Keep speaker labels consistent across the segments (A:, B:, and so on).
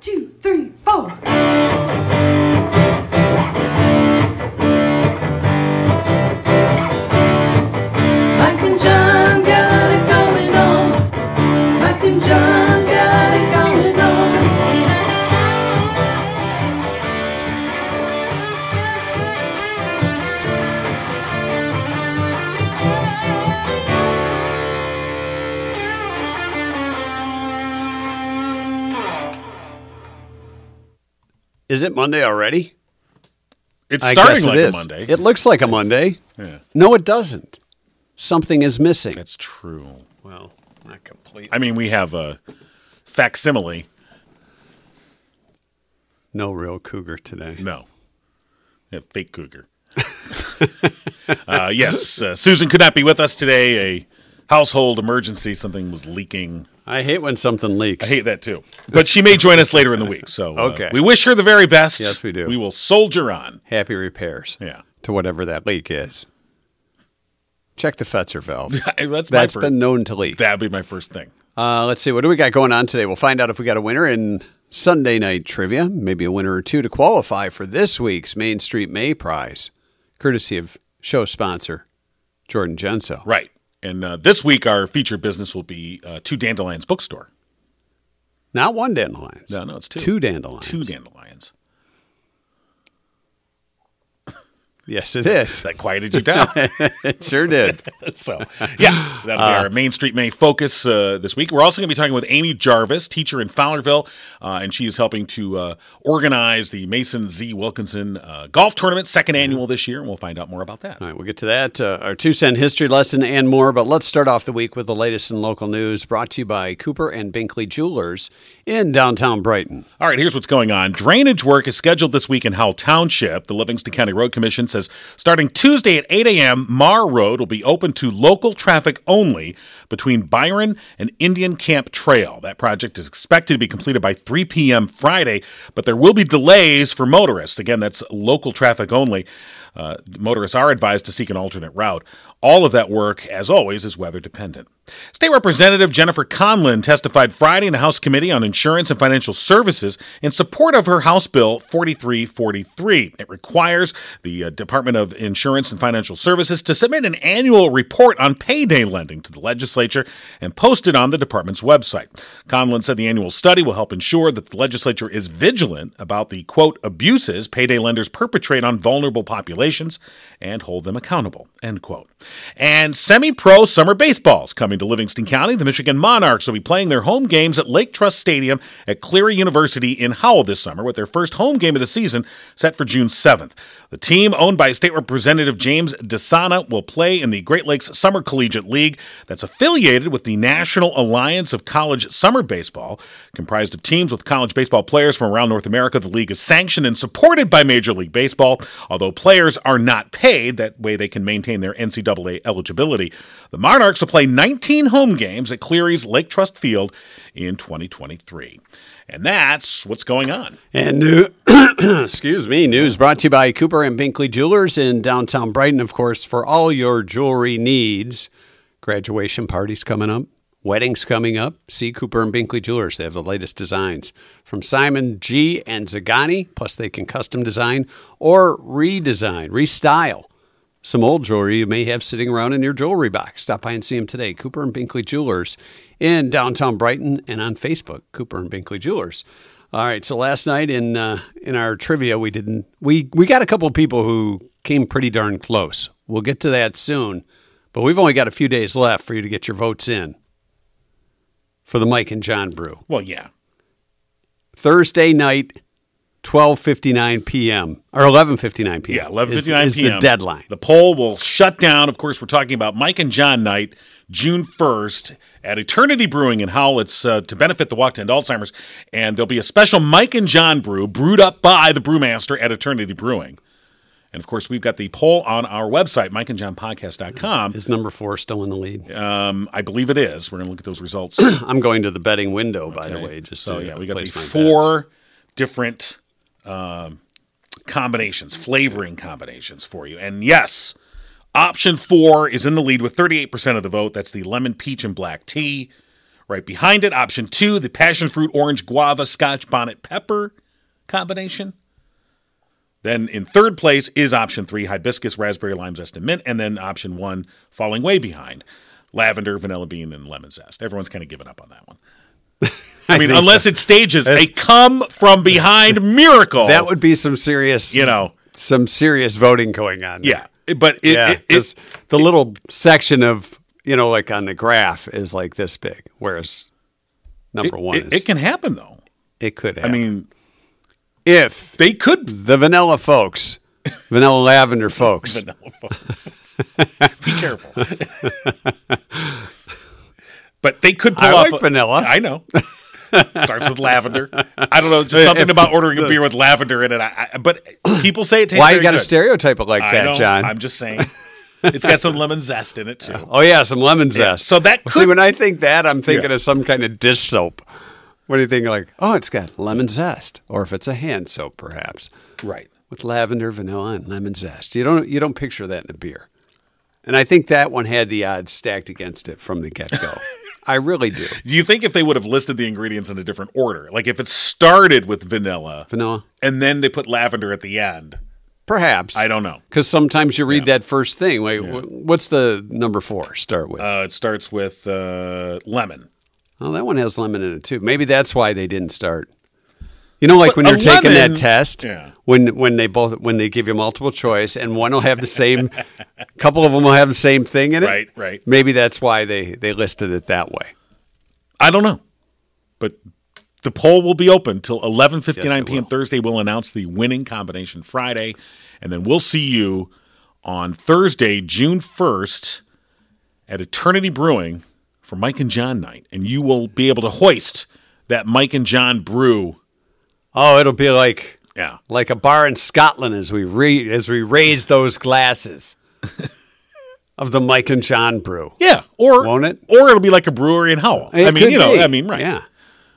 A: two, three, four.
B: Mike and John got it going on. Mike and John got it going on.
C: Is it Monday already?
D: It's
C: I
D: starting
C: guess
D: like
C: it
D: a
C: is.
D: Monday.
C: It looks like a Monday.
D: yeah,
C: No, it doesn't. Something is missing.
D: that's true.
C: well, not complete.
D: I mean, we have a facsimile.
C: No real cougar today.
D: No, yeah, fake cougar. uh, yes, uh, Susan could not be with us today. A household emergency. Something was leaking.
C: I hate when something leaks.
D: I hate that too. But she may join us later in the week. So uh,
C: Okay.
D: we wish her the very best.
C: Yes, we do.
D: We will soldier on.
C: Happy repairs
D: Yeah,
C: to whatever that leak is. Check the Fetzer valve.
D: that's, my
C: That's
D: first.
C: been known to leak.
D: that'd be my first thing.
C: Uh, let's see. What do we got going on today? We'll find out if we got a winner in Sunday night trivia, maybe a winner or two to qualify for this week's Main Street May Prize, courtesy of show sponsor Jordan Genso.
D: Right. And uh, this week, our featured business will be uh, Two Dandelions Bookstore.
C: Not one dandelions.
D: No, no, it's two.
C: Two dandelions.
D: Two Dandelions.
C: yes, it is.
D: That quieted you down.
C: It sure did.
D: so, yeah, that'll be our Main Street May focus uh, this week. We're also going to be talking with Amy Jarvis, teacher in Fowlerville, uh, and she is helping to uh, organize the Mason Z. Wilkinson uh, Golf Tournament, second annual this year, and we'll find out more about that.
C: All right, we'll get to that, uh, our two cent history lesson, and more. But let's start off the week with the latest in local news brought to you by Cooper and Binkley Jewelers in downtown Brighton.
D: All right, here's what's going on. Drainage work is scheduled this week in Howell Township. The Livingston County Road Commission says starting Tuesday at 8 a.m., Mar Road will be open to local traffic only between Byron and Indian Camp Trail. That project is expected to be completed by 3 p.m. Friday, but there will be delays for motorists. Again, that's local traffic only. Uh, motorists are advised to seek an alternate route. All of that work, as always, is weather dependent. State Representative Jennifer Conlin testified Friday in the House Committee on Insurance and Financial Services in support of her House Bill 4343. It requires the uh, Department of Insurance and Financial Services to submit an annual report on payday lending to the legislature and post it on the department's website. Conlin said the annual study will help ensure that the legislature is vigilant about the quote abuses payday lenders perpetrate on vulnerable populations and hold them accountable end quote and semi-pro summer baseballs coming to livingston county the michigan monarchs will be playing their home games at lake trust stadium at cleary university in howell this summer with their first home game of the season set for june 7th the team owned by state representative james desana will play in the great lakes summer collegiate league that's affiliated with the national alliance of college summer baseball comprised of teams with college baseball players from around north america the league is sanctioned and supported by major league baseball although players are not paid that way they can maintain their ncaa eligibility the monarchs will play 19 home games at cleary's lake trust field in 2023 and that's what's going on
C: And new, excuse me, news brought to you by Cooper and Binkley Jewelers in downtown Brighton, of course, for all your jewelry needs. Graduation parties coming up, weddings coming up. See Cooper and Binkley Jewelers. They have the latest designs from Simon G and Zagani. Plus, they can custom design or redesign, restyle some old jewelry you may have sitting around in your jewelry box. Stop by and see them today. Cooper and Binkley Jewelers in downtown Brighton and on Facebook, Cooper and Binkley Jewelers. All right, so last night in uh, in our trivia, we didn't we we got a couple of people who came pretty darn close. We'll get to that soon, but we've only got a few days left for you to get your votes in for the Mike and John Brew
D: well yeah
C: Thursday night, twelve fifty nine p.m. or eleven fifty nine p.m.
D: Yeah, eleven fifty nine
C: is, is
D: p.m.
C: the deadline.
D: The poll will shut down. Of course, we're talking about Mike and John Night, June first at Eternity Brewing in Howell. It's uh, to benefit the Walk to End Alzheimer's, and there'll be a special Mike and John brew brewed up by the brewmaster at Eternity Brewing. And of course, we've got the poll on our website, mikeandjohnpodcast.com.
C: Is number four still in the lead?
D: Um, I believe it is. We're going to look at those results.
C: I'm going to the betting window, by the way. Just
D: so
C: to,
D: yeah,
C: uh,
D: we got these
C: place my
D: four different um, combinations, flavoring combinations for you. And yes, option four is in the lead with 38% of the vote. That's the lemon, peach, and black tea. Right behind it, option two, the passion fruit, orange, guava, scotch, bonnet, pepper combination. Then in third place is option three, hibiscus, raspberry, lime zest, and mint. And then option one, falling way behind, lavender, vanilla bean, and lemon zest. Everyone's kind of giving up on that one. I mean,
C: think
D: unless it stages a come from behind miracle.
C: That would be some serious,
D: you know,
C: some serious voting going on. there.
D: yeah. But it,
C: yeah.
D: it, it,
C: 'cause the little section of you know, like on the graph, is like this big, whereas number one
D: it,
C: is
D: it can happen though.
C: it could.
D: I
C: Happen.
D: mean,
C: if
D: they could
C: the vanilla folks, vanilla lavender folks,
D: vanilla folks. Be careful. but they could pull
C: I
D: off
C: like vanilla.
D: I know. Starts with lavender. I don't know, just something about ordering a beer with lavender in it. I, I, but people say it tastes.
C: why you
D: very
C: got to
D: good.
C: stereotype it like
D: I
C: that,
D: know,
C: John?
D: I'm just saying. It's got some lemon zest in it too.
C: oh yeah, some lemon zest.
D: So that
C: see,
D: could-
C: when I think that, I'm thinking of some kind of dish soap. What do you think? Like, oh, it's got lemon zest, or if it's a hand soap, perhaps.
D: Right.
C: with lavender, vanilla, and lemon zest. You don't you don't picture that in a beer. And I think that one had the odds stacked against it from the get go. I really do.
D: Do you think if they would have listed the ingredients in a different order, like if it started with vanilla
C: Vanilla,
D: and then they put lavender at the end?
C: perhaps.
D: I don't know.
C: because sometimes you read that first thing. Like, wh- what's the number four start with?
D: Uh, it starts with uh, lemon.
C: oh, that one has lemon in it too. Maybe that's why they didn't start. You know, like when
D: a
C: you're taking
D: lemon-
C: that test,
D: Yeah.
C: when when they both when they give you multiple choice, and one will have the same, couple of them will have the same thing in it.
D: Right, right.
C: Maybe that's why they they listed it that way.
D: I don't know, but the poll will be open till 11:59
C: Yes, it
D: p.m.
C: will.
D: Thursday. We'll announce the winning combination Friday, and then we'll see you on Thursday, June 1st, at Eternity Brewing for Mike and John night, and you will be able to hoist that Mike and John brew.
C: Oh, it'll be like
D: Yeah.
C: like a bar in Scotland as we re- as we raise those glasses of the Mike and John brew.
D: Yeah, or
C: Won't it?
D: Or it'll be like a brewery in Howell. I
C: It
D: mean,
C: could
D: you know,
C: be.
D: I mean, right?
C: Yeah.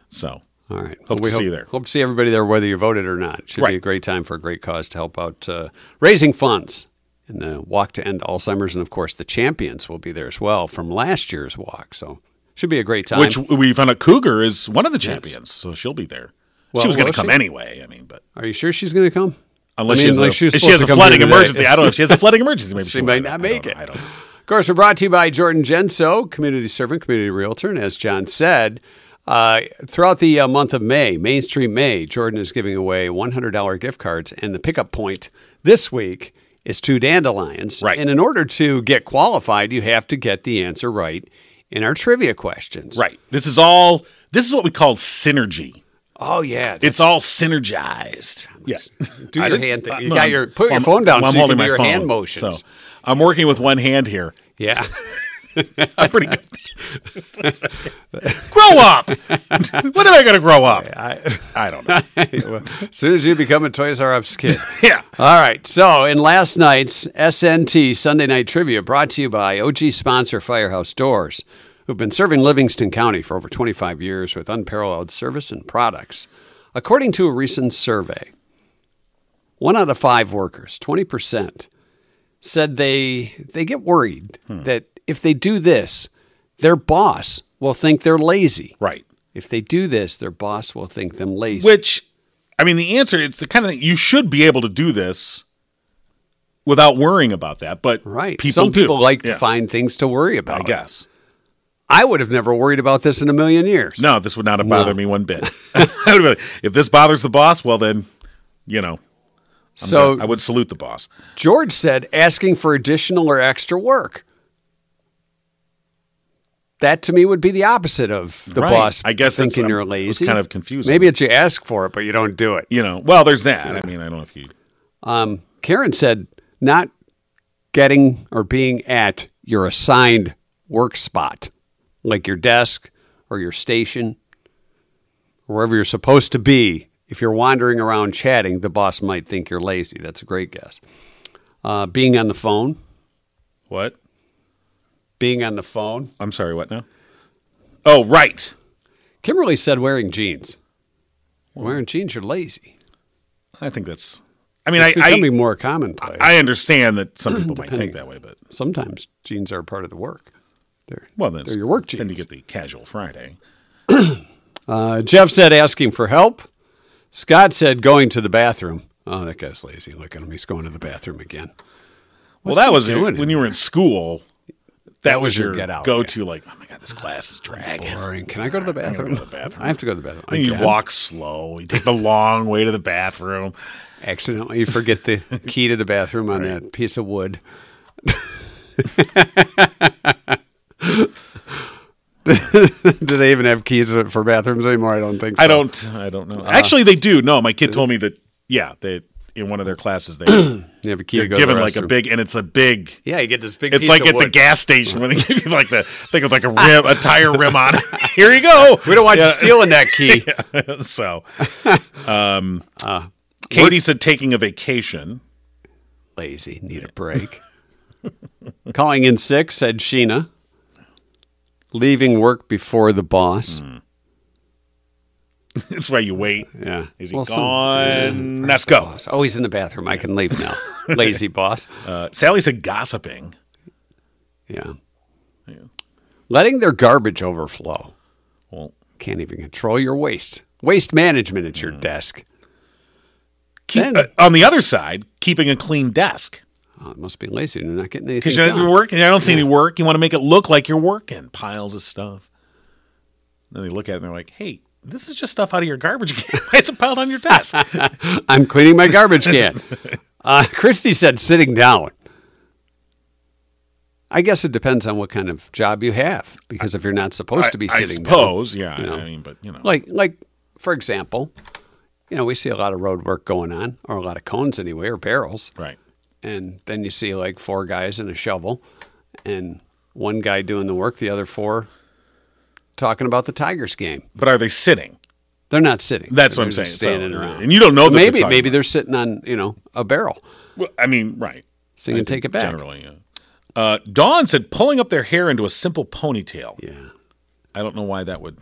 D: So
C: All right.
D: Hope to
C: we
D: see you there.
C: Hope to see everybody there, whether you voted or not. Should
D: Right.
C: be a great time for a great cause to help out uh, raising funds and the walk to end Alzheimer's, and of course the champions will be there as well from last year's walk. So should be a great time.
D: which we found out Cougar is one of the champions, so she'll be there.
C: Well,
D: she was going
C: will
D: to come
C: she?
D: anyway. I mean, but
C: are you sure she's going to come?
D: unless
C: I
D: she
C: mean,
D: has
C: like
D: a,
C: she was
D: if she
C: supposed
D: has
C: to
D: a
C: come
D: flooding
C: here today.
D: emergency, I don't know if she has a flooding emergency. Maybe
C: She
D: she, will.
C: might
D: I don't-
C: not
D: I
C: make
D: don't
C: it.
D: know. I don't know.
C: Of course, we're brought to you by Jordan Genso, community servant, community realtor. And as John said, uh, throughout the uh, month of May, Mainstream May, Jordan is giving away $100 gift cards. And the pickup point this week is two dandelions.
D: Right.
C: And in order to get qualified, you have to get the answer right in our trivia questions.
D: Right. This is all. This is what we call synergy.
C: Oh, yeah.
D: It's all synergized. Yes.
C: Do your hand thing. You got your- put your phone down so you can do your hand motions.
D: So I'm working with one hand here.
C: yeah.
D: I'm pretty good. grow up. when am I going to grow up?
C: I-
D: I don't know.
C: as soon as you become a Toys R Us kid.
D: Yeah.
C: All right. So, in last night's SNT Sunday Night Trivia, brought to you by OG sponsor Firehouse Doors, who've been serving Livingston County for over 25 years with unparalleled service and products. According to a recent survey, one out of five workers, 20%, said they, they get worried
D: Hmm.
C: that if they do this, their boss will think they're lazy.
D: Right.
C: If they do this, their boss will think them lazy.
D: Which, I mean, the answer it's the kind of thing you should be able to do this without worrying about that. But
C: Right.
D: people
C: Some
D: do.
C: people like
D: Yeah,
C: to find things to worry about.
D: I guess.
C: I would have never worried about this in a million years.
D: No, this would not have bothered me one bit. I would be like, if this bothers the boss, well then, you know,
C: so
D: I would salute the boss.
C: George said asking for additional or extra work. That to me would be the opposite of the
D: Right.
C: boss.
D: I guess that's-
C: thinking you're
D: um, it
C: lazy.
D: was kind of confusing.
C: Maybe it's you ask for it, but you don't do it.
D: You know, well, there's that. I mean, I don't know if you.
C: Um, Karen said not getting or being at your assigned work spot, like your desk or your station, or wherever you're supposed to be. If you're wandering around chatting, the boss might think you're lazy. That's a great guess. Uh, being on the phone,
D: What?
C: being on the phone.
D: I'm sorry. What now? Oh, right.
C: Kimberly said wearing jeans.
D: Hmm.
C: Wearing jeans, you're lazy.
D: I think that's. I mean,
C: It's
D: I,
C: becoming more commonplace.
D: I I understand that some people might think that way, but
C: Sometimes jeans are part of the work. They're,
D: Well, then
C: they're your work
D: Then you
C: jeans.
D: get the casual Friday.
C: Uh, Jeff said asking for help. Scott said going to the bathroom. Oh, that guy's lazy. Look at him. He's going to the bathroom again.
D: Well,
C: What's
D: that
C: he
D: was
C: doing
D: it.
C: in
D: when you were in school. That was your
C: get out,
D: go-to. Like, oh my god, this class is dragging.
C: Boring. Can I go to the bathroom?
D: the bathroom.
C: I have to go to the bathroom. I
D: Then you
C: can.
D: walk slow. You take the long way to the bathroom.
C: Accidentally, you forget the key to the bathroom on that piece of wood. Do they even have keys for bathrooms anymore? I don't think so. uh,
D: I don't. I don't know. Actually, they do. No, my kid told me that. Yeah, they in one of their classes they
C: You have a key
D: they're
C: to go to the
D: given like a
C: restroom.
D: big, and it's a big.
C: Yeah, you get this big.
D: It's
C: piece
D: like
C: of
D: at the
C: wood.
D: gas station when they give you like the think of like a rim, a tire rim on it. Here you go.
C: We don't want
D: Yeah.
C: you stealing that key.
D: so, um,
C: Ah.
D: Katie said taking a vacation.
C: Lazy, need a break. Calling in sick, said Sheena. Leaving work before the boss.
D: Hmm. That's why you wait.
C: Yeah.
D: Is he
C: Well, some-
D: gone? Let's go.
C: Boss. Oh, he's in the bathroom. I can leave now. Lazy boss.
D: Uh, Sally said gossiping.
C: Yeah. Letting their garbage overflow.
D: Well,
C: Can't even control your waste. Waste management at your
D: Hmm.
C: desk.
D: keep,
C: Then-
D: uh, on the other side, keeping a clean desk
C: Oh, it must be lazy. They're not getting anything
D: because you're,
C: done.
D: not working. I don't see any work. You want to make it look like you're working. Piles of stuff. Then they look at it and they're like, "Hey, this is just stuff out of your garbage can. Why is it piled on your desk?"
C: I'm cleaning my garbage can. Uh, Christy said sitting down. I guess it depends on what kind of job you have, because if you're not supposed to be
D: I-
C: sitting
D: I suppose. Yeah.
C: you know.
D: I mean, but you know,
C: down, like like for example, you know we see a lot of road work going on, or a lot of cones anyway, or barrels,
D: right?
C: and then you see like four guys and a shovel, and one guy doing the work, the other four talking about the Tigers game.
D: But are they sitting?
C: They're not sitting.
D: That's what
C: They're
D: I'm
C: just
D: saying. So-
C: Standing around,
D: and you don't know that they're
C: maybe
D: talking
C: maybe
D: about
C: they're sitting on you know a barrel.
D: Well, I mean, right.
C: Sing and take it back.
D: Generally, yeah. Uh, Dawn said pulling up their hair into a simple ponytail.
C: Yeah.
D: I don't know why that would.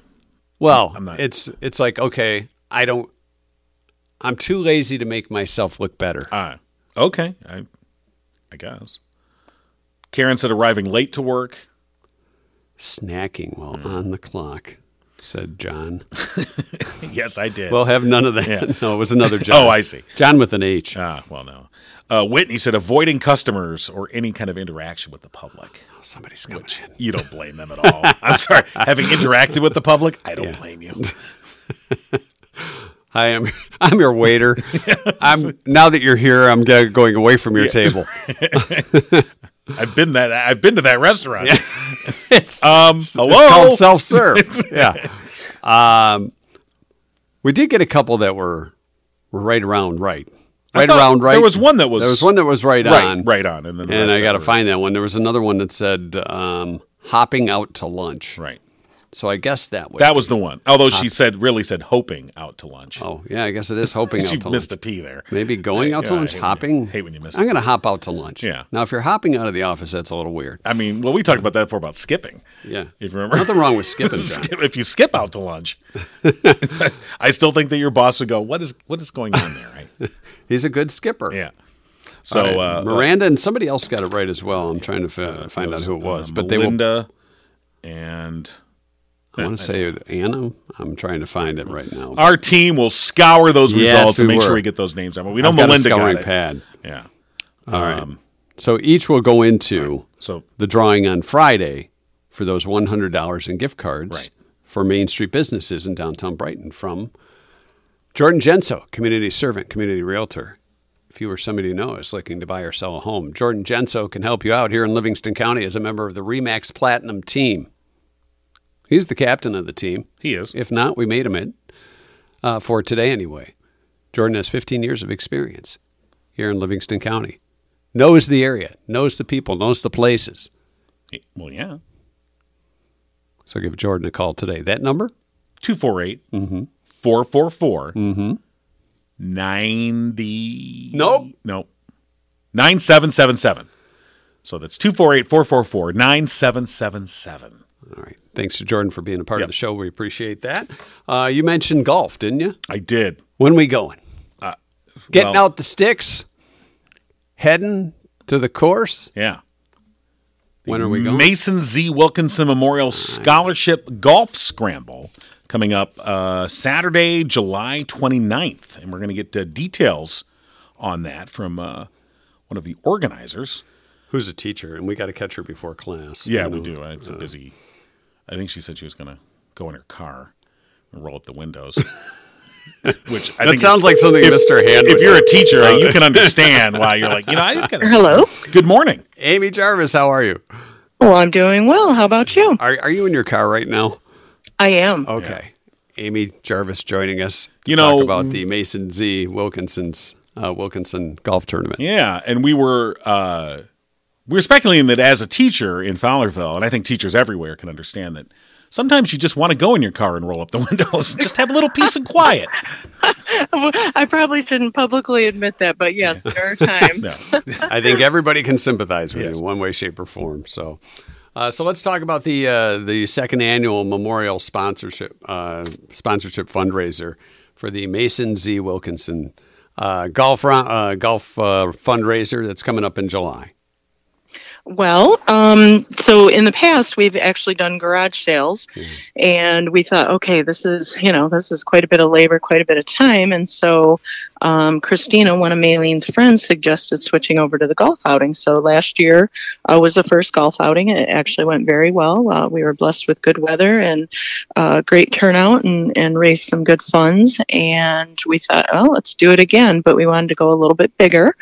C: Well,
D: not-
C: it's it's like okay, I don't. I'm too lazy to make myself look better.
D: Ah, okay. I, I guess. Karen said arriving late to work.
C: Snacking while on the clock, said John.
D: yes, I did.
C: We'll have none of that.
D: Yeah.
C: No, it was another John.
D: Oh, I see.
C: John with an H.
D: ah, well, no. Uh, Whitney said avoiding customers or any kind of interaction with the public.
C: Oh, somebody's coming in.
D: You don't blame them at all. I'm sorry. Having interacted with the public, I don't blame you.
C: Hi, I'm I'm your waiter. I'm now that you're here, I'm g- going away from your table.
D: I've been that. I've been to that restaurant.
C: It's
D: Um,
C: It's
D: hello.
C: called self serve. yeah. Um, we did get a couple that were were right around right. Right
D: thought
C: around right.
D: there was one that was-
C: there was one that was right,
D: right,
C: on.
D: right on, and then the
C: And
D: rest
C: I
D: of
C: got to
D: it-
C: find that one. There was another one that said um, hopping out to lunch.
D: right.
C: So I guess that was.
D: That was the one. Although she said, really said, hoping out to lunch.
C: oh yeah, I guess it is hoping out
D: she
C: to lunch.
D: missed a P there.
C: Maybe going out
D: yeah,
C: to
D: I
C: lunch,
D: hate when you-
C: hopping.
D: hate when you miss
C: I'm
D: it.
C: going to hop out to lunch.
D: Yeah.
C: Now, if you're hopping out of the office, that's a little weird.
D: I mean, well, we talked about that before about skipping.
C: Yeah.
D: If you remember,
C: Nothing wrong with skipping. John.
D: Skip- if you skip out to lunch, I still think that your boss would go, "What is what is going on there?" Right?
C: He's a good skipper.
D: Yeah. So
C: All right.
D: uh,
C: Miranda and somebody else got it right as well. I'm trying to fi- find out who it was, but they will.
D: uh, Melinda and
C: I want to say it- Anna. I'm trying to find it right now.
D: our team will scour those
C: Yes,
D: results and
C: we
D: make sure
C: were.
D: we get those names out. But we know
C: I've got a
D: Oh, Melinda got
C: scouring
D: it.
C: pad.
D: Yeah. Um,
C: All right. so each will go into
D: So
C: the drawing on Friday for those $100 in gift cards
D: Right.
C: for Main Street businesses in downtown Brighton from Jordan Genso, community servant, community realtor. If you or somebody you know is looking to buy or sell a home, Jordan Genso can help you out here in Livingston County as a member of the Remax Platinum team. He's the captain of the team.
D: he is.
C: If not, we made him it uh, for today anyway. Jordan has 15 years of experience here in Livingston County. Knows the area, knows the people, knows the places.
D: Well, yeah.
C: So give Jordan a call today. That number?
D: 248
C: Mm-hmm.
D: 444 90
C: Nope.
D: no 9777 so that's 248 444 9777
C: All right. Thanks to Jordan for being a part of the show. We appreciate that. Uh, you mentioned golf, didn't you?
D: i did
C: When we going? Uh, Getting
D: well-
C: out the sticks, heading to the course.
D: yeah
C: When are we going?
D: Mason Z. Wilkinson Memorial Scholarship Golf Scramble coming up uh, Saturday, July 29th. And we're going to get uh, details on that from uh, one of the organizers.
C: Who's a teacher? And we got to catch her before class.
D: Yeah,
C: you
D: we
C: know?
D: do. It's a busy. I think she said she was going to go in her car and roll up the windows. Which I
C: That
D: think
C: sounds like something Mr. Hand
D: If
C: would
D: you're a teacher, uh, you can understand why you're like, you know, I just got to.
A: Hello.
D: Good morning.
C: Amy Jarvis, how are you?
A: Well, Oh, I'm doing well. How about you?
C: Are, are you in your car right now?
A: I am.
C: Okay. mm. Amy Jarvis joining us. To
D: You
C: talk
D: know-
C: about the Mason Z. Wilkinson's uh, Wilkinson golf tournament.
D: Yeah, and we were uh, we were speculating that as a teacher in Fowlerville, and I think teachers everywhere can understand that. Sometimes you just want to go in your car and roll up the windows, and just have a little peace and quiet.
A: I probably shouldn't publicly admit that, but yes, there are times.
C: I think everybody can sympathize with
D: Yes.
C: you in one way, shape, or form. So, uh, so let's talk about the uh, the second annual memorial sponsorship uh, sponsorship fundraiser for the Mason Z Wilkinson uh, golf rou- uh, golf uh, fundraiser that's coming up in July.
A: Well, um, so in the past, we've actually done garage sales, and we thought, okay, this is you know this is quite a bit of labor, quite a bit of time, and so um, Christina, one of Mayleen's friends, suggested switching over to the golf outing. So last year uh, was the first golf outing. It actually went very well. Uh, we were blessed with good weather and uh, great turnout, and and raised some good funds. And we thought, oh, let's do it again, but we wanted to go a little bit bigger.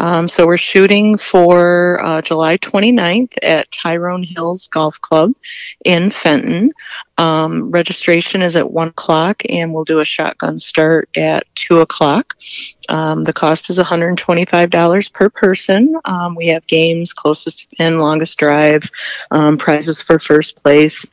A: Um, so we're shooting for uh, July 29th at Tyrone Hills Golf Club in Fenton. Um, registration is at 1 o'clock, and we'll do a shotgun start at 2 o'clock. Um, the cost is $125 per person. Um, we have games, closest and longest drive, um, prizes for first place.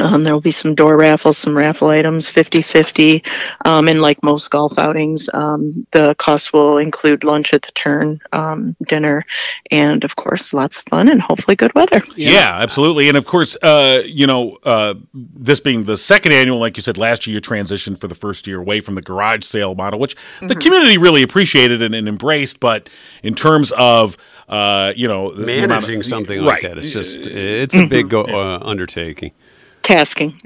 A: Um, there will be some door raffles, some raffle items, 50 50. Um, and like most golf outings, um, the cost will include lunch at the turn, um, dinner, and of course, lots of fun and hopefully good weather.
D: Yeah, absolutely. And of course, uh, you know, uh, this being the second annual, like you said, last year you transitioned for the first year away from the garage sale model, which the
A: Mm-hmm.
D: community really appreciated and, and embraced. But in terms of, uh, you know, the- the amount of-
C: Managing something
D: right, Uh,
C: like that, it's just it's a big go- uh, undertaking.
A: Tasking.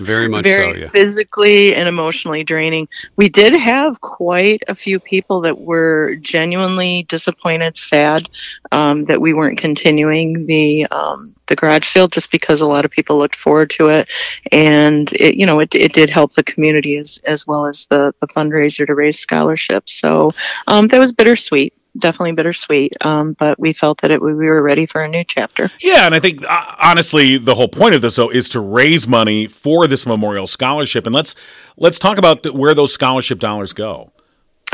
C: Very much
A: very
C: so. Yeah.
A: physically and emotionally draining. We did have quite a few people that were genuinely disappointed, sad um, that we weren't continuing the um, the garage sale, just because a lot of people looked forward to it, and it you know it, it did help the community as as well as the, the fundraiser to raise scholarships. So um, that was bittersweet. Definitely bittersweet, um, but we felt that it, we were ready for a new chapter.
D: Yeah, and I think uh, honestly, the whole point of this though is to raise money for this memorial scholarship, and let's let's talk about th- where those scholarship dollars go.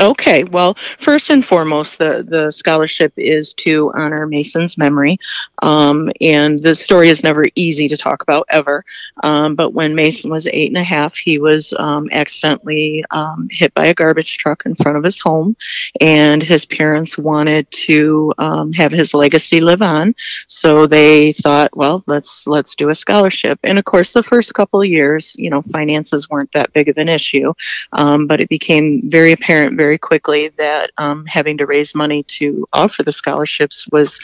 A: Okay, well, first and foremost, the, the scholarship is to honor Mason's memory. Um, and the story is never easy to talk about, ever. Um, but when Mason was eight and a half, he was um, accidentally um, hit by a garbage truck in front of his home. And his parents wanted to um, have his legacy live on. So they thought, well, let's, let's do a scholarship. And of course, the first couple of years, you know, finances weren't that big of an issue um, but it became very apparent very quickly that um, having to raise money to offer the scholarships was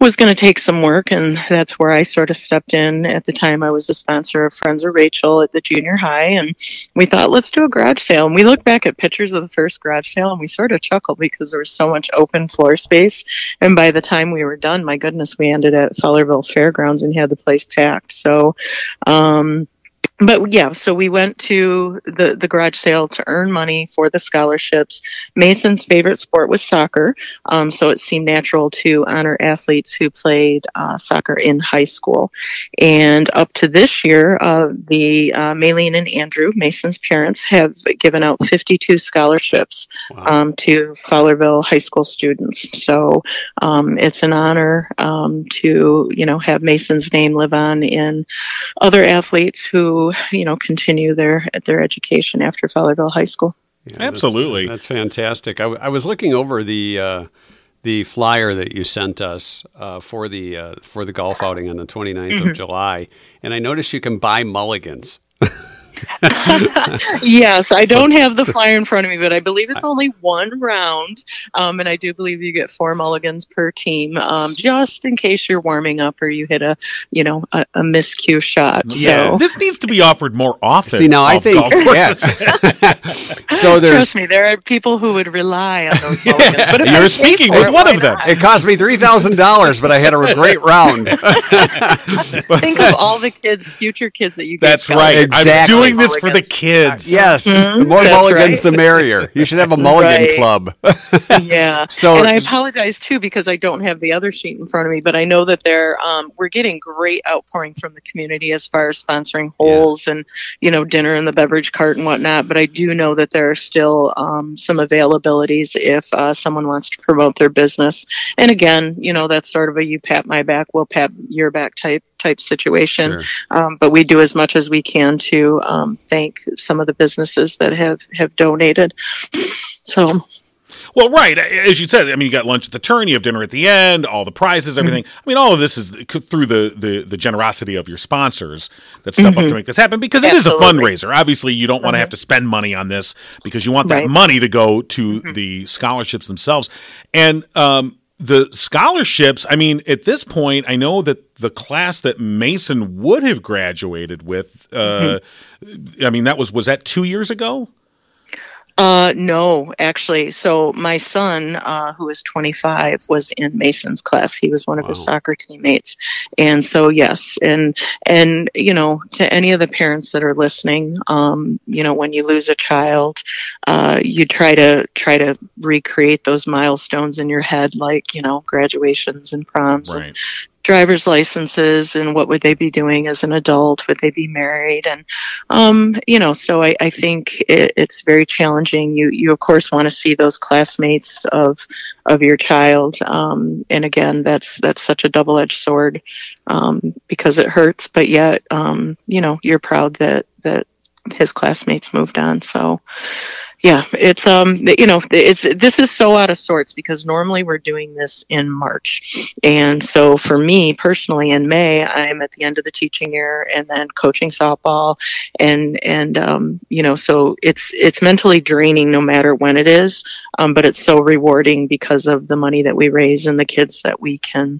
A: was going to take some work, and that's where I sort of stepped in. At the time, I was a sponsor of Friends of Rachel at the junior high, and we thought, let's do a garage sale. And we looked back at pictures of the first garage sale, and we sort of chuckled because there was so much open floor space. And by the time we were done, my goodness, we ended at Fowlerville Fairgrounds and had the place packed. So. Um, but yeah, so we went to the, the garage sale to earn money for the scholarships. Mason's favorite sport was soccer, um, so it seemed natural to honor athletes who played uh, soccer in high school. And up to this year, uh, the uh, Maylene and Andrew, Mason's parents, have given out 52 scholarships um, to Fowlerville high school students. So um, it's an honor um, to you know have Mason's name live on in other athletes who you know continue their their education after Fowlerville High School.
C: Yeah, that's-
D: Absolutely.
C: that's, fantastic. I, w- I was looking over the uh, the flyer that you sent us uh, for the uh,
A: Mm-hmm.
C: for the golf outing on the 29th of July, and I noticed you can buy mulligans.
A: yes, I don't have the flyer in front of me, but I believe it's only one round, um, and I do believe you get four mulligans per team, um, just in case you're warming up or you hit a, you know, a, a miscue shot. So
D: This needs to be offered more often.
C: See, now I
D: off
C: think-
D: golf courses.
C: so there's
A: Ah, trust me, there are people who would rely on those mulligans. But if
D: You're
A: I pay
D: speaking
A: for
D: with
A: it,
D: one
A: why
D: of them.
A: not?
C: it cost me three thousand dollars, but I had a great round.
A: Think of all the kids, future kids that you. get
D: That's
A: scouted
D: right. I'm
C: Exactly.
D: doing this for the
A: Mulligans.
D: kids.
C: Yes, the more
A: Mm-hmm. that's
C: mulligans,
A: right.
C: the merrier. You should have a mulligan
A: Right.
C: club.
A: yeah.
C: So-
A: and I apologize too because I don't have the other sheet in front of me, but I know that they're um, we're getting great outpouring from the community as far as sponsoring holes and you know dinner and the beverage cart and whatnot. But I do know that there are still um, some availabilities if uh, someone wants to promote their business. And again, you know that's sort of a you pat my back, we'll pat your back type type situation.
C: Sure.
A: Um, but we do as much as we can to um, thank some of the businesses that have have donated. So.
D: Well, right. As you said, I mean, you got lunch at the turn, you have dinner at the end, all the prizes, everything. I mean, all of this is through the, the, the generosity of your sponsors that step up to make this happen because it is
A: Absolutely.
D: a fundraiser. Obviously, you don't want to have to spend money on this because you want that
A: Right.
D: money to go to the scholarships themselves. And um, the scholarships, I mean, at this point, I know that the class that Mason would have graduated with, uh, I mean, that was, was that two years ago?
A: Uh, no, actually. So my son, uh, who is 25, was in Mason's class. He was one of his soccer teammates, and so yes, and and you know, to any of the parents that are listening, um, you know, when you lose a child, uh, you try to try to recreate those milestones in your head, like you know, graduations and proms and
D: Right.
A: driver's licenses and what would they be doing as an adult would they be married and um, you know so i, I think it, it's very challenging you you of course want to see those classmates of of your child um, and again that's that's such a double-edged sword um, because it hurts but yet um, you know you're proud that that his classmates moved on so yeah it's um you know it's this is so out of sorts because normally we're doing this in march and so for me personally in may i'm at the end of the teaching year and then coaching softball and and um you know so it's it's mentally draining no matter when it is um but it's so rewarding because of the money that we raise and the kids that we can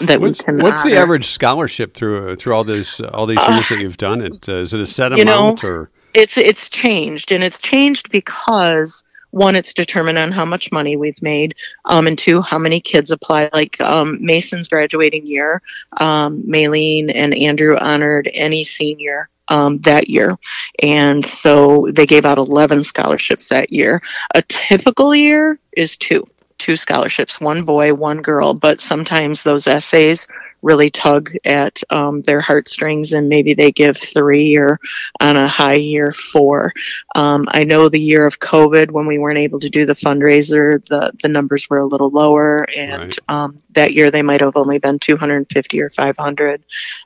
A: that
C: What's,
A: we can
C: what's the
A: honor.
C: average scholarship through through all these all these years that you've done it? Uh, is it a set
A: you know,
C: amount or
A: it's it's changed and it's changed because one it's determined on how much money we've made um, and two how many kids apply like um, mason's graduating year um, maylene and andrew honored any senior um, that year and so they gave out 11 scholarships that year a typical year is two two scholarships one boy one girl but sometimes those essays really tug at um, their heartstrings and maybe they give three or on a high year four. Um, I know the year of COVID, when we weren't able to do the fundraiser, the, the numbers were a little lower, and
C: Right.
A: um, that year they might have only been 250 or 500.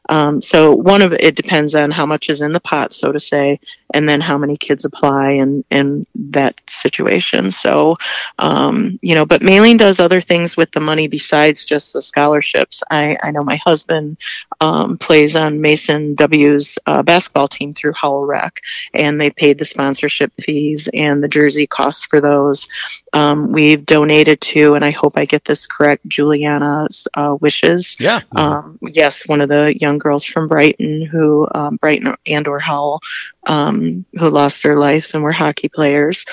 A: Um, so one of it depends on how much is in the pot, so to say, and then how many kids apply and and that situation. So um, you know, but Maylene does other things with the money besides just the scholarships. I I know my husband um, plays on Mason W's uh, basketball team through Howell Rec, and they paid the sponsorship fees and the jersey costs for those. Um, we've donated to, and I hope I get this correct, Juliana's uh, Wishes.
D: Yeah.
A: Um, yes, one of the young girls from Brighton who um, Brighton and or Howell um, who lost their lives and were hockey players.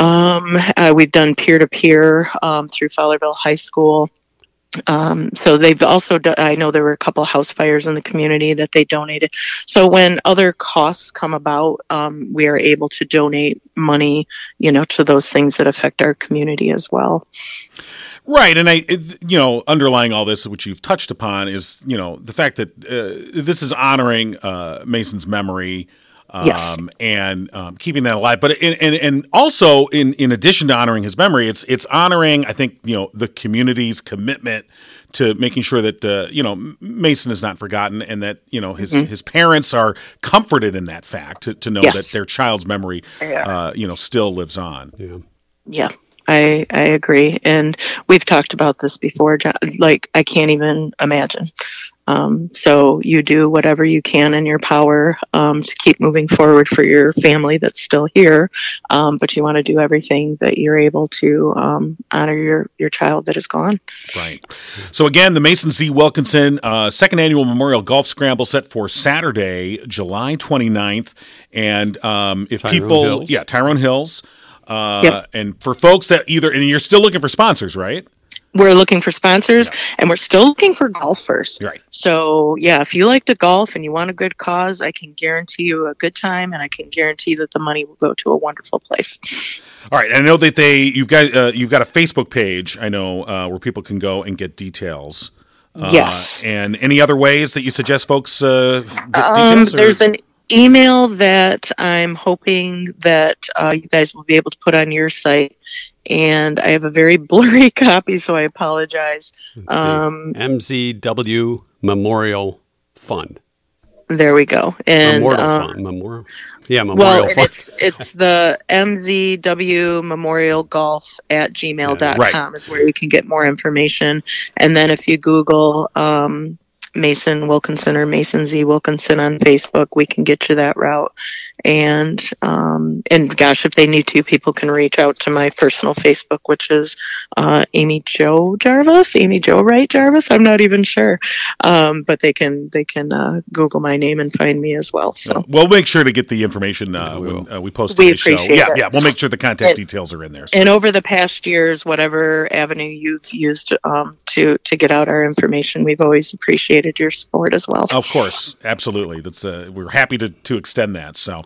A: Um, uh, we've done peer to peer through Fowlerville High School. Um, so they've also, do- I know there were a couple house fires in the community that they donated. So when other costs come about, um, we are able to donate money, you know, to those things that affect our community as well.
D: Right, and I, it- you know, underlying all this, which you've touched upon, is you know the fact that uh, this is honoring uh, Mason's memory, um,
A: Yes.
D: and um, keeping that alive. But in, and and also in in addition to honoring his memory, it's it's honoring I think you know the community's commitment to making sure that uh, you know M- Mason is not forgotten, and that you know his his parents are comforted in that fact to, to know
A: Yes.
D: that their child's memory, uh, you know, still lives on.
A: Yeah, I I agree, and we've talked about this before. Jo- Like I can't even imagine. Um, so you do whatever you can in your power um, to keep moving forward for your family that's still here, um, but you want to do everything that you're able to um, honor your your child that is gone.
D: Right. So again, the Mason Z. Wilkinson uh, second annual Memorial Golf Scramble set for Saturday, July 29th. And um, if
C: Tyrone
D: people,
C: Hills.
D: yeah, Tyrone Hills. Uh,
A: Yep.
D: And for folks that either, and you're still looking for sponsors, right?
A: We're looking for sponsors, and we're still looking for golfers.
D: Right.
A: So, yeah, if you like to golf and you want a good cause, I can guarantee you a good time, and I can guarantee that the money will go to a wonderful place.
D: All right. I know that they you've got uh, you've got a Facebook page. I know uh, where people can go and get details. Uh,
A: Yes.
D: And any other ways that you suggest folks uh, get
A: Um,
D: details? or-
A: there's an email that I'm hoping that uh, you guys will be able to put on your site, and I have a very blurry copy, so I apologize. Um,
C: MZW Memorial Fund.
A: there we go. And
C: Memorial
A: um,
C: Fund. Memorial. Yeah, Memorial
A: well, and
C: Fund.
A: it's it's the MZW Memorial Golf at gmail.com
D: Right.
A: is where you can get more information. And then if you Google um, Mason Wilkinson or Mason Z Wilkinson on Facebook, we can get you that route. And um, and gosh, if they need to, people can reach out to my personal Facebook, which is uh, Amy Joe Jarvis, Amy Joe Wright Jarvis. I'm not even sure, um, but they can they can uh, Google my name and find me as well. So.
D: We'll make sure to get the information uh,
C: we
D: when
C: will.
D: uh, we post
A: We
D: today's show.
A: appreciate
D: Yeah,
A: it.
D: yeah. We'll make sure the contact
A: And-
D: details are in there. So.
A: And over the past years, whatever avenue you've used um, to to get out our information, we've always appreciated your support as well.
D: Of course, absolutely. That's uh, we're happy to to extend that. So,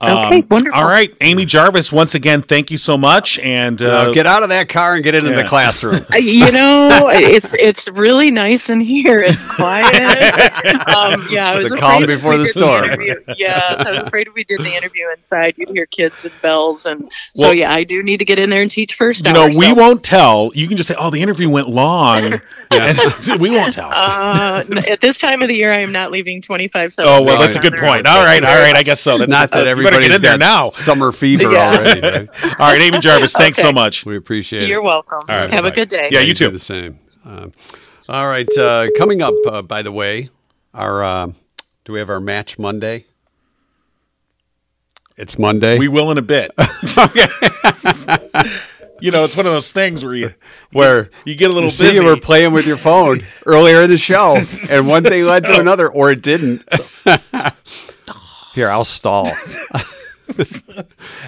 D: um,
A: Okay, wonderful.
D: All right, Amy Jarvis. Once again, thank you so much. And uh,
C: Now get out of that car and get into
D: yeah.
C: the classroom.
A: Uh, You know, it's it's really nice in here. It's quiet. Um, yeah,
C: It's
A: I was
C: the
A: afraid
C: calm
A: if we
C: before the
A: did
C: storm.
A: interview- Yes, I was afraid if we did the interview inside, you'd hear kids and bells, and so
D: Well-
A: yeah, I do need to get in there and teach first.
D: you know,
A: hour,
D: we
A: so-
D: won't tell. You can just say, "Oh, the interview went long." And we won't tell.
A: Uh, n- at this time of the year, I am not leaving twenty five seconds.
D: oh well,
C: no,
D: that's a
C: no,
D: good
A: on their
D: point.
A: own.
D: All right, all right. I guess so. That's
C: Not that
D: you better
C: everybody's
D: get in
C: got
D: there now.
C: Summer fever
A: Yeah.
C: already. Right?
D: All right, Amy Jarvis. Thanks so
A: Okay.
D: much.
C: We appreciate it.
A: You're welcome.
C: All right,
A: Have a
C: bye.
A: good day.
D: Yeah, you
C: do
D: too.
C: The same. Um, all right. Uh, coming up, uh, by the way, our uh, do we have our match Monday? It's Monday.
D: We will in a bit. you know, it's one of those things where you
C: where
D: you get a little
C: you see
D: busy.
C: you were playing with your phone earlier in the show, and one thing led to another, or it didn't. So- Here, I'll stall.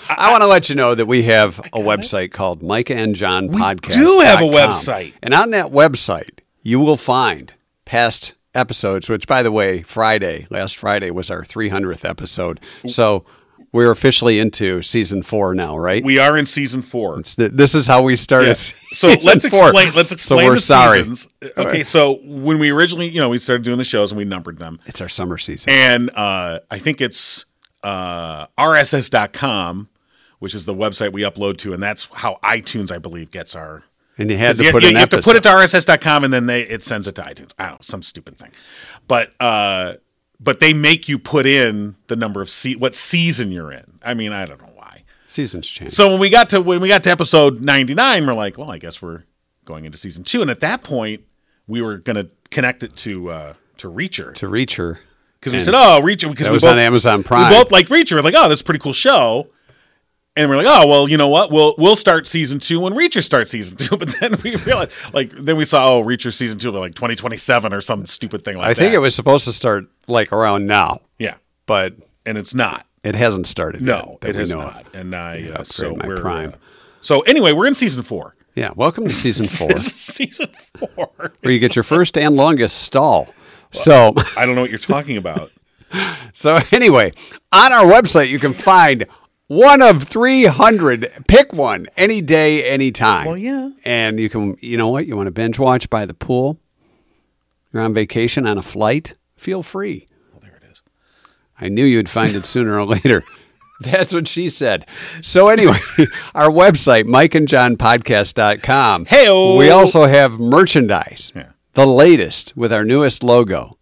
C: I want to let you know that we have a website called Micah and John Podcast.
D: do have a website.
C: And on that website, you will find past episodes, which, by the way, Friday, last Friday was our 300th episode. So we're officially into season four now, right?
D: we are in season four.
C: Th- this is how we started.
D: So
C: season
D: let's
C: four.
D: explain. Let's explain
C: So we're
D: the
C: sorry.
D: seasons. Okay, so when we originally, you know, we started doing the shows and we numbered them,
C: It's our summer season.
D: and uh, I think it's uh, RSS.com, which is the website we upload to, and that's how iTunes, I believe, gets our.
C: And you had to
D: You,
C: put
D: you-
C: an
D: you have to
C: episode.
D: put it to RSS.com, and then they it sends it to iTunes. I don't know, some stupid thing, but uh, but they make you put in the number of se- what season you're in. I mean, I don't know why.
C: Seasons change.
D: So when we got to when we got to episode 99, we're like, well, I guess we're going into season 2 and at that point, we were going to connect it to uh to Reacher
C: to reach her.
D: because we said, oh, Reacher because
C: That
D: we
C: was
D: both
C: on Amazon Prime.
D: we both like Reacher. We're like, oh, this is a pretty cool show. And we're like, oh well, you know what? We'll we'll start season two when Reacher starts season two. But then we realized, like, then we saw, oh, Reacher season two, will be like twenty twenty seven or some stupid thing like
C: I
D: that.
C: think it was supposed to start like around now,
D: yeah,
C: but
D: and it's not.
C: it hasn't started.
D: No,
C: yet, that
D: it
C: we
D: has
C: know of.
D: not. And I uh,
C: upgrade
D: so
C: my
D: we're
C: Prime.
D: uh, so anyway, we're in season four.
C: Yeah, welcome to season four,
D: season four.
C: where you get your first and longest stall. So,
D: I don't know what you're talking about.
C: so anyway, on our website you can find one of three hundred. Pick one any day, any time. Well,
D: yeah.
C: And you can, you know what? You want to binge watch by the pool? You're on vacation on a flight? Feel free.
D: well, there it is.
C: I knew you'd find it sooner or later. That's what she said. So anyway, our website, mikeandjohnpodcast.com.
D: Heyo.
C: We also have merchandise.
D: Yeah.
C: The latest with our newest logo.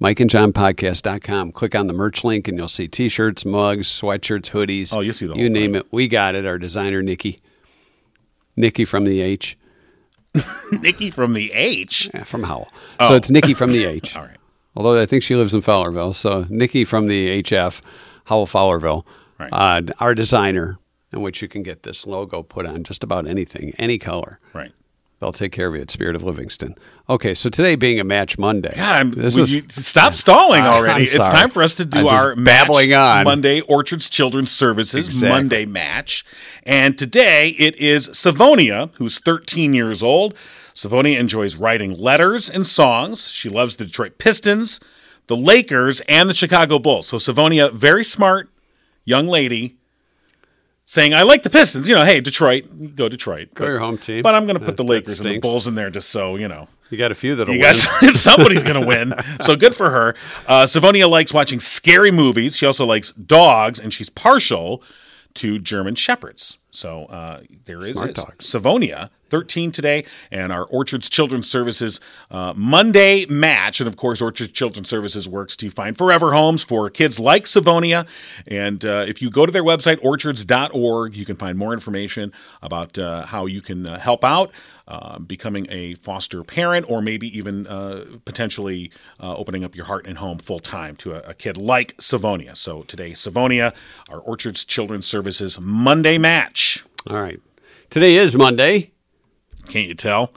C: Mikeandjohnpodcast.com. Click on the merch link and you'll see t-shirts, mugs, sweatshirts, hoodies.
D: Oh, you'll see the
C: You
D: whole
C: name it. We got it. Our designer, Nikki. Nikki from the H.
D: Nikki from the H.
C: Yeah, from Howell. So it's Nikki from the H.
D: Oh. All right.
C: Although I think she lives in Fowlerville. So Nikki from the HF, Howell Fowlerville,
D: Right.
C: uh, our designer, in which you can get this logo put on just about anything, any color.
D: Right.
C: They'll take care of you at Spirit of Livingston. Okay, so today being a match Monday.
D: God, I'm,
C: this
D: would
C: is
D: you stop stalling already. It's
C: sorry.
D: time for us to do
C: I'm just
D: our
C: babbling
D: match
C: on.
D: Monday Orchards Children's Services
C: Exactly.
D: Monday match. And today it is Savonia, who's 13 years old. Savonia enjoys writing letters and songs. She loves the Detroit Pistons, the Lakers, and the Chicago Bulls. So Savonia, very smart young lady. Saying, I like the Pistons. You know, hey, Detroit, go Detroit. Go
C: your home team.
D: But I'm going to put the Lakers and the
C: stinks.
D: Bulls in there just so, you know,
C: you got a few that'll
D: you
C: win.
D: got somebody's going to win. So good for her. Uh, Savonia likes watching scary movies. She also likes dogs, and she's partial to German shepherds. So uh, there is
C: Smart
D: it.
C: dog.
D: Savonia, 13 today, and our Orchards Children's Services uh, Monday match. And of course, Orchards Children's Services works to find forever homes for kids like Savonia. And uh, if you go to their website, orchards.org, you can find more information about uh, how you can uh, help out. Uh, becoming a foster parent, or maybe even uh, potentially uh, opening up your heart and home full time to a, a kid like Savonia. So today, Savonia, our Orchards Children's Services Monday match.
C: All right. Today is Monday,
D: Can't you tell?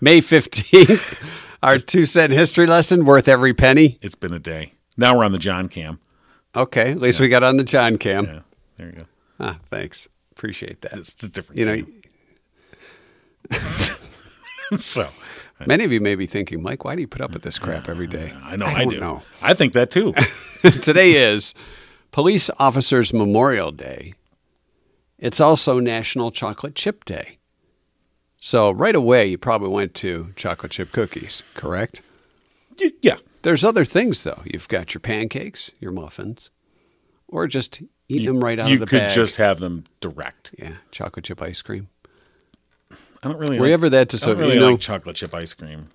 C: May 15th. Our two cent history lesson worth every penny.
D: It's been a day. Now we're on the John Cam.
C: Okay, at least we got on the John cam.
D: Yeah, there you go.
C: Ah, thanks. Appreciate that.
D: It's a different.
C: you know,
D: know, so
C: many of you may be thinking, Mike, why do you put up with this crap every day?
D: I know
C: I,
D: I,
C: don't
D: do.
C: know.
D: I think that too.
C: Today is Police Officers Memorial Day. It's also National Chocolate Chip Day. So right away, you probably went to chocolate chip cookies, correct?
D: Y- yeah,
C: There's other things though. You've got your pancakes, your muffins, or just eat them right out
D: you
C: of the
D: could
C: bag.
D: just have them direct.
C: yeah, chocolate chip ice cream.
D: I don't really.
C: Were you
D: like,
C: ever that
D: I don't
C: disappointed?
D: really
C: you know,
D: like chocolate chip ice cream.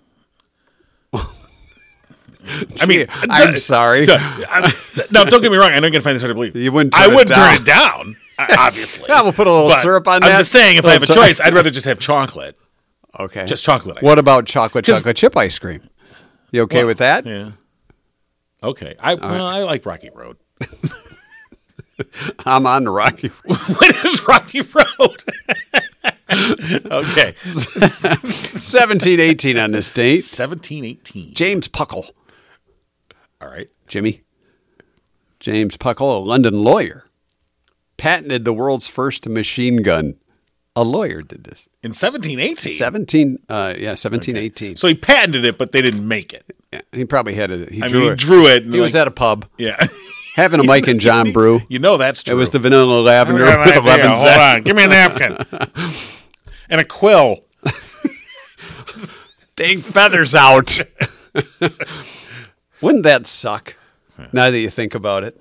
D: I mean,
C: I'm sorry.
D: I, now don't get me wrong. I know you're gonna find this hard to believe.
C: You wouldn't
D: I
C: turn it
D: would
C: down.
D: turn it down. I- Obviously.
C: Yeah, we'll put a little
D: But
C: syrup on
D: I'm
C: that.
D: just saying, if I have a
C: Little cho-
D: choice, I'd rather just have chocolate.
C: Okay.
D: Just chocolate ice
C: What about chocolate
D: 'Cause-
C: chocolate chip ice cream? You okay with that?
D: Yeah. Okay. I well, I like Rocky Road.
C: I'm on the Rocky.
D: what is Rocky Road? okay.
C: 1718 on this date.
D: 1718.
C: James Puckle.
D: All right.
C: Jimmy. James Puckle, a London lawyer, patented the world's first machine gun. A lawyer did this.
D: In 1718.
C: 17 uh yeah, 1718.
D: So he patented it, but they didn't make it.
C: Yeah, he probably had it. He
D: I
C: drew
D: mean, he
C: it.
D: drew it. And
C: He was
D: like-
C: at a pub
D: Yeah.
C: having a Mike and John brew.
D: you know that's true.
C: It was the vanilla lavender
D: Yeah,
C: with
D: right there.
C: 11
D: Hold
C: cents.
D: on. Give me a napkin. and a quill.
C: Dang feathers out. Wouldn't that suck? Now that you think about it,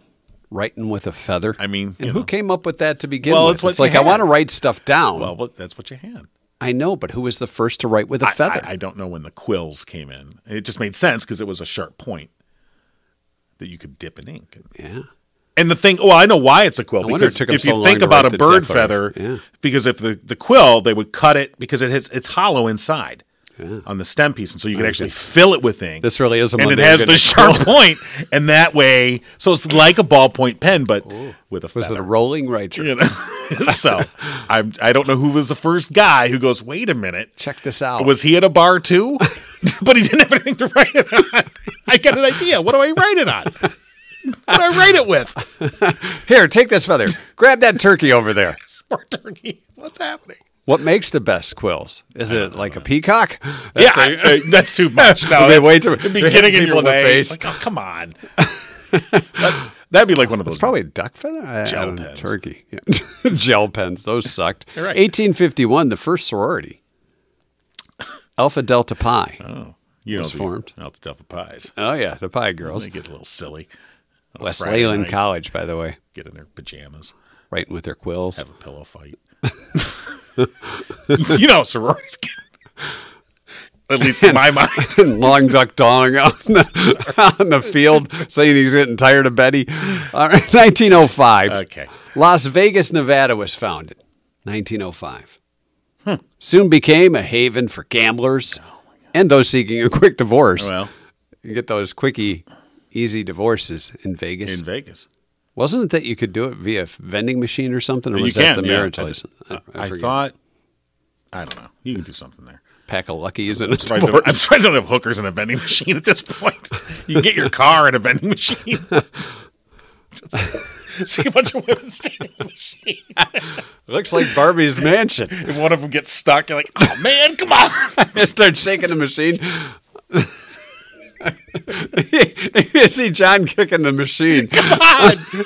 C: writing with a feather.
D: I mean,
C: and
D: you
C: who
D: know.
C: came up with that to begin
D: Well,
C: with?
D: it's what you
C: like I
D: had.
C: want to write stuff down.
D: Well, but that's what you had.
C: I know, but who was the first to write with a
D: I-
C: feather?
D: I, I don't know when the quills came in. It just made sense because it was a sharp point that you could dip in ink.
C: yeah.
D: And the thing, well, I know why it's a quill
C: wonder it
D: because
C: took 'em
D: if
C: so
D: you
C: long
D: think
C: to
D: about
C: write
D: a
C: the
D: bird
C: Declaration.
D: feather,
C: Yeah.
D: because if the, the quill, they would cut it because it has, it's hollow inside on the stem piece, and so you could actually fill it with ink.
C: This really is a
D: and it
C: Monday
D: has
C: good
D: the sharp point, and that way, so it's like a ballpoint pen, but
C: Was it
D: with a
C: a
D: feather.
C: rolling writer?
D: you know? so I'm, I don't know who was the first guy who goes, wait a minute,
C: Check this out.
D: was he at a bar too? but he didn't have anything to write it on. I got an idea. What do I write it on? What do I write it with?
C: Here, take this feather. Grab that turkey over there.
D: Smart turkey. What's happening?
C: What makes the best quills? Is it like a peacock?
D: yeah, I- I- that's too much. No,
C: They
D: that's-
C: wait till-
D: it'd be
C: they hit
D: getting in
C: people
D: your
C: in the
D: way.
C: face.
D: Like, oh, come on. that, would be like one of those.
C: Probably a duck feather. I- I
D: Gel
C: don't know,
D: pens.
C: Turkey. Yeah. Gel pens. Those sucked.
D: You're right.
C: 1851, the first sorority, Alpha Delta Pi.
D: Oh, you
C: was
D: know,
C: formed.
D: The, that's Delphi Pies.
C: Oh yeah, the Pi
D: They
C: girls.
D: get a little silly. On a
C: West
D: Friday
C: Leyland
D: night,
C: College, by the way,
D: Get in their pajamas.
C: writing with their quills.
D: Have a pillow fight. you know, sororities. Get, at least in my mind.
C: Long duck dong on the, on the field, saying he's getting tired of Betty. All right, 1905.
D: Okay.
C: Las Vegas, Nevada was founded. 1905.
D: Hmm.
C: soon became a haven for gamblers and those seeking a quick divorce.
D: Oh Well,
C: you get those quickie, easy divorces in Vegas.
D: in Vegas.
C: Wasn't it that you could do it via a vending machine or something, or
D: You
C: was
D: can,
C: that the
D: yeah.
C: marriage
D: I-
C: license?
D: I,
C: forget.
D: thought, I don't know. You can do something there.
C: pack of luckies and a
D: Surprised I don't- I'm
C: divorce.
D: surprised I don't have hookers in a vending machine at this point. You can get your car in a vending machine. Just see a bunch of women standing in the machine.
C: Looks like Barbie's mansion.
D: If one of them gets stuck, you're like, oh man, come on.
C: Start shaking the machine. you see John kicking the machine. Come on,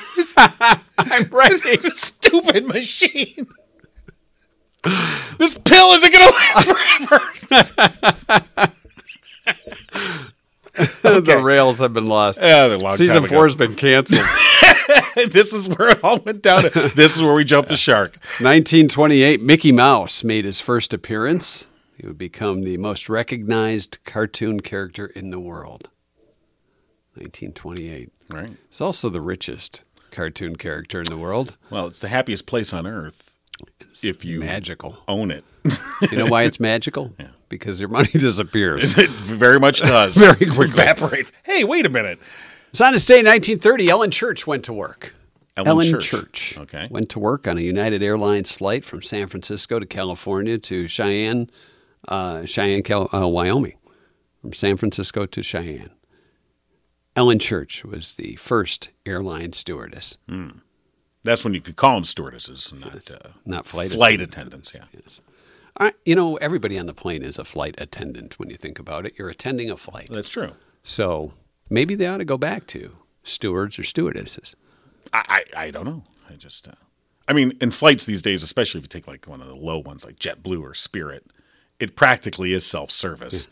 C: I'm ready.
D: Stupid machine. This pill isn't going to last forever.
C: the rails have been lost.
D: Yeah, they're a long
C: Season
D: time ago.
C: four has been canceled.
D: This is where it all went down. This is where we jumped the shark.
C: 1928, Mickey Mouse made his first appearance. He would become the most recognized cartoon character in the world. 1928.
D: Right.
C: He's also the richest cartoon character in the world.
D: Well, it's the happiest place on earth if you
C: Magical.
D: own it.
C: You know why it's magical? Because your money disappears.
D: It very much does.
C: Very
D: It
C: quickly.
D: evaporates. Hey, wait a minute.
C: It's on this day in 1930, Ellen Church went to work.
D: Ellen Church. Okay.
C: Went to work on a United Airlines flight from San Francisco to California to Cheyenne, uh, Cheyenne, Cal- uh, Wyoming. From San Francisco to Cheyenne. Ellen Church was the first airline stewardess,
D: That's when you could call them stewardesses, and not uh,
C: not flight.
D: flight, attendants. Yeah.
C: I, you know, everybody on the plane is a flight attendant when you think about it. You're attending a flight.
D: that's true.
C: So maybe they ought to go back to stewards or stewardesses.
D: I, I I don't know. I just, uh, I mean, in flights these days, especially if you take like one of the low ones like JetBlue or Spirit, it practically is self service.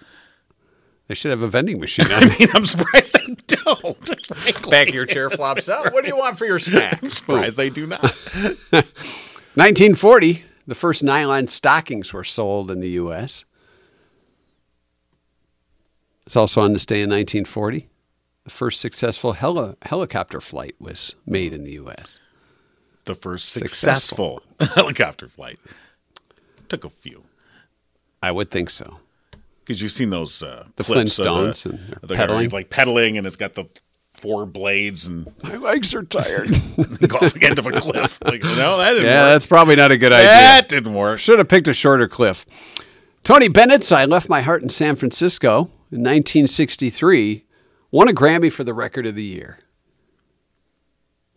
C: They should have a vending machine.
D: I mean, I'm surprised they don't. Frankly.
C: Back of your chair flops up. What do you want for your snack?
D: I'm surprised they do not.
C: 1940, the first nylon stockings were sold in the U.S. It's also on this day in 1940. The first successful heli- helicopter flight was made in the U.S.
D: The first
C: Successful.
D: successful helicopter flight took a few.
C: I would think so.
D: because you've seen those uh,
C: The
D: clips of
C: Flintstones
D: the,
C: and
D: of uh, the
C: they're
D: guy where
C: pedaling.
D: he's like pedaling, and it's got the four blades and
C: My legs are tired.
D: go off the end of a cliff. Like, no, that didn't
C: yeah,
D: work.
C: that's probably not a good idea.
D: That didn't work.
C: Should have picked a shorter cliff. Tony Bennett's I Left My Heart in San Francisco in 1963 won a Grammy for the record of the year.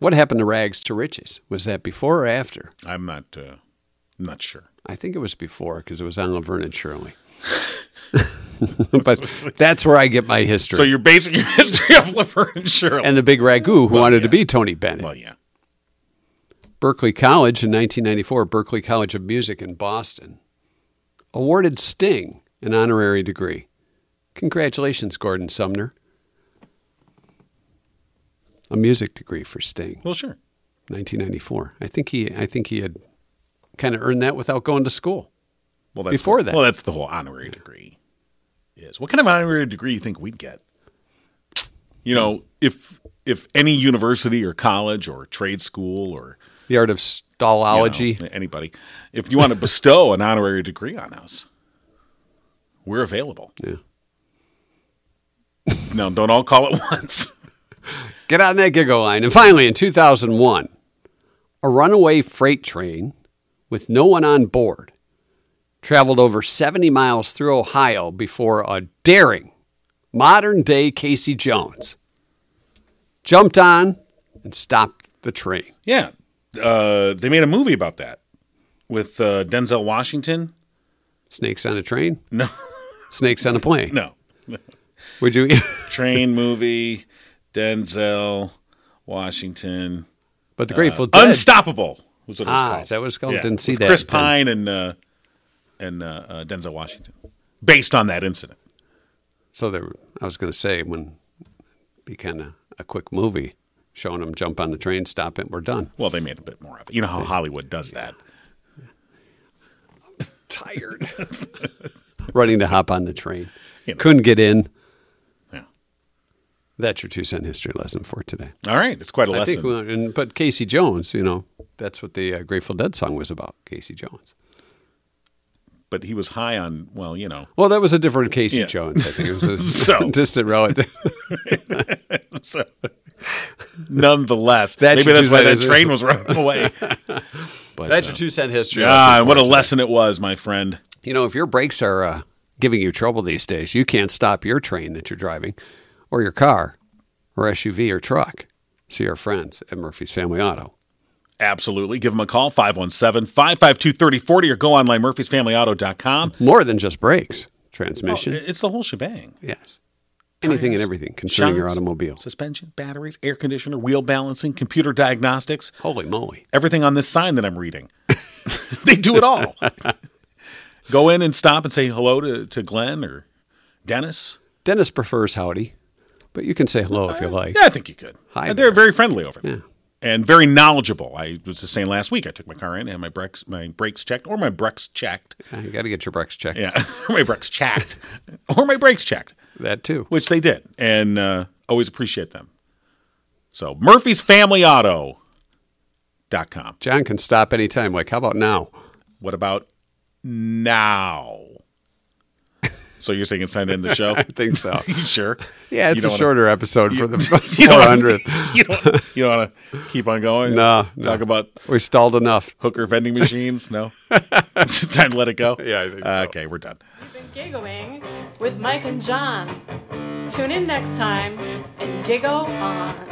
C: What happened to Rags to Riches? Was that before or after?
D: I'm not, uh, I'm not sure.
C: I think it was before because it was on Laverne and Shirley. but that's where I get my history.
D: So you're basing your history off Laverne and Shirley.
C: and the big ragu who wanted to be Tony Bennett.
D: well, yeah,
C: Berkeley College in 1994, Berkeley College of Music in Boston, awarded Sting an honorary degree. Congratulations, Gordon Sumner. A music degree for Sting,
D: well, sure.
C: 1994. I think he, I think he had kind of earned that without going to school.
D: Well, that's
C: Before that.
D: well, that's the whole honorary degree. Is what kind of honorary degree you think we'd get? You know, if if any university or college or trade school or
C: The art of
D: you know,
C: stallology.
D: anybody. If you want to bestow an honorary degree on us, we're available.
C: Yeah.
D: No, don't all call at once.
C: Get on that giggle line. And finally, in 2001, a runaway freight train with no one on board traveled over 70 miles through Ohio before a daring modern day Casey Jones jumped on and stopped the train.
D: yeah. Uh, they made a movie about that with uh, Denzel Washington.
C: Snakes on a train?
D: No,
C: Snakes on a plane.
D: no.
C: Would you?
D: Train movie, Denzel Washington.
C: but the Grateful Dead.
D: Uh, Unstoppable was what it was
C: Ah,
D: called.
C: is that what it's called?
D: Yeah.
C: Didn't see
D: With
C: that.
D: Chris Pine and, uh, and uh, uh, Denzel Washington, based on that incident.
C: So there, I was going to say when be kind of a quick movie showing them jump on the train, stop it, we're done.
D: Well, they made a bit more of it. You know how Hollywood does that.
C: tired. Running to hop on the train.
D: You know.
C: Couldn't get in.
D: Yeah.
C: That's your two cent history lesson for today.
D: All right, it's quite a
C: I
D: lesson.
C: think, we- and, but Casey Jones, you know, that's what the uh, Grateful Dead song was about. Casey Jones.
D: but he was high on, well, you know.
C: Well, that was a different Casey
D: Yeah.
C: Jones. I think it was a
D: So-
C: distant relative.
D: So, nonetheless,
C: That
D: maybe
C: should
D: that's
C: do
D: why
C: that
D: that
C: as a-
D: train was running away. But,
C: That's
D: uh,
C: your two cent history. lesson
D: ah,
C: for
D: what a
C: us.
D: lesson it was, my friend.
C: You know, if your brakes are uh, giving you trouble these days, you can't stop your train that you're driving, or your car, or SUV, or truck. See our friends at Murphy's Family Auto.
D: Absolutely. Give them a call, 517 552 3040, or go online, murphy'sfamilyauto.com.
C: More than just brakes, transmission.
D: It's the whole shebang.
C: yes.
D: Oh,
C: Anything and everything concerning your
D: Shocks,
C: automobile.
D: Suspension, batteries, air conditioner, wheel balancing, computer diagnostics,
C: Holy moly.
D: everything on this sign that I'm reading. they do it all. go in and stop and say hello to, to Glenn or Dennis.
C: Dennis prefers howdy, but you can say hello if you like.
D: Yeah, I think you could.
C: Hi
D: They're
C: there.
D: very friendly over there. And very knowledgeable. I was just saying last week, I took my car in and had my brakes, my brakes checked, or my brakes checked.
C: You got to get your brakes checked.
D: Yeah, my brakes checked, or my brakes checked,
C: That too.
D: which they did, and uh, always appreciate them. So Murphy's Family Auto. Dot com.
C: John can stop anytime. Like, how about now?
D: What about now? So you're saying it's time to end the show?
C: I think so.
D: sure.
C: Yeah, it's a
D: don't wanna-
C: shorter episode for the
D: You don't wanna-
C: 400th.
D: You don't, you don't want to keep on going?
C: No, no.
D: Talk about
C: We stalled enough.
D: hooker vending machines? No. time to let it go?
C: Yeah, I think so.
D: Okay, we're done.
E: been giggling with Mike and John. Tune in next time and giggle on.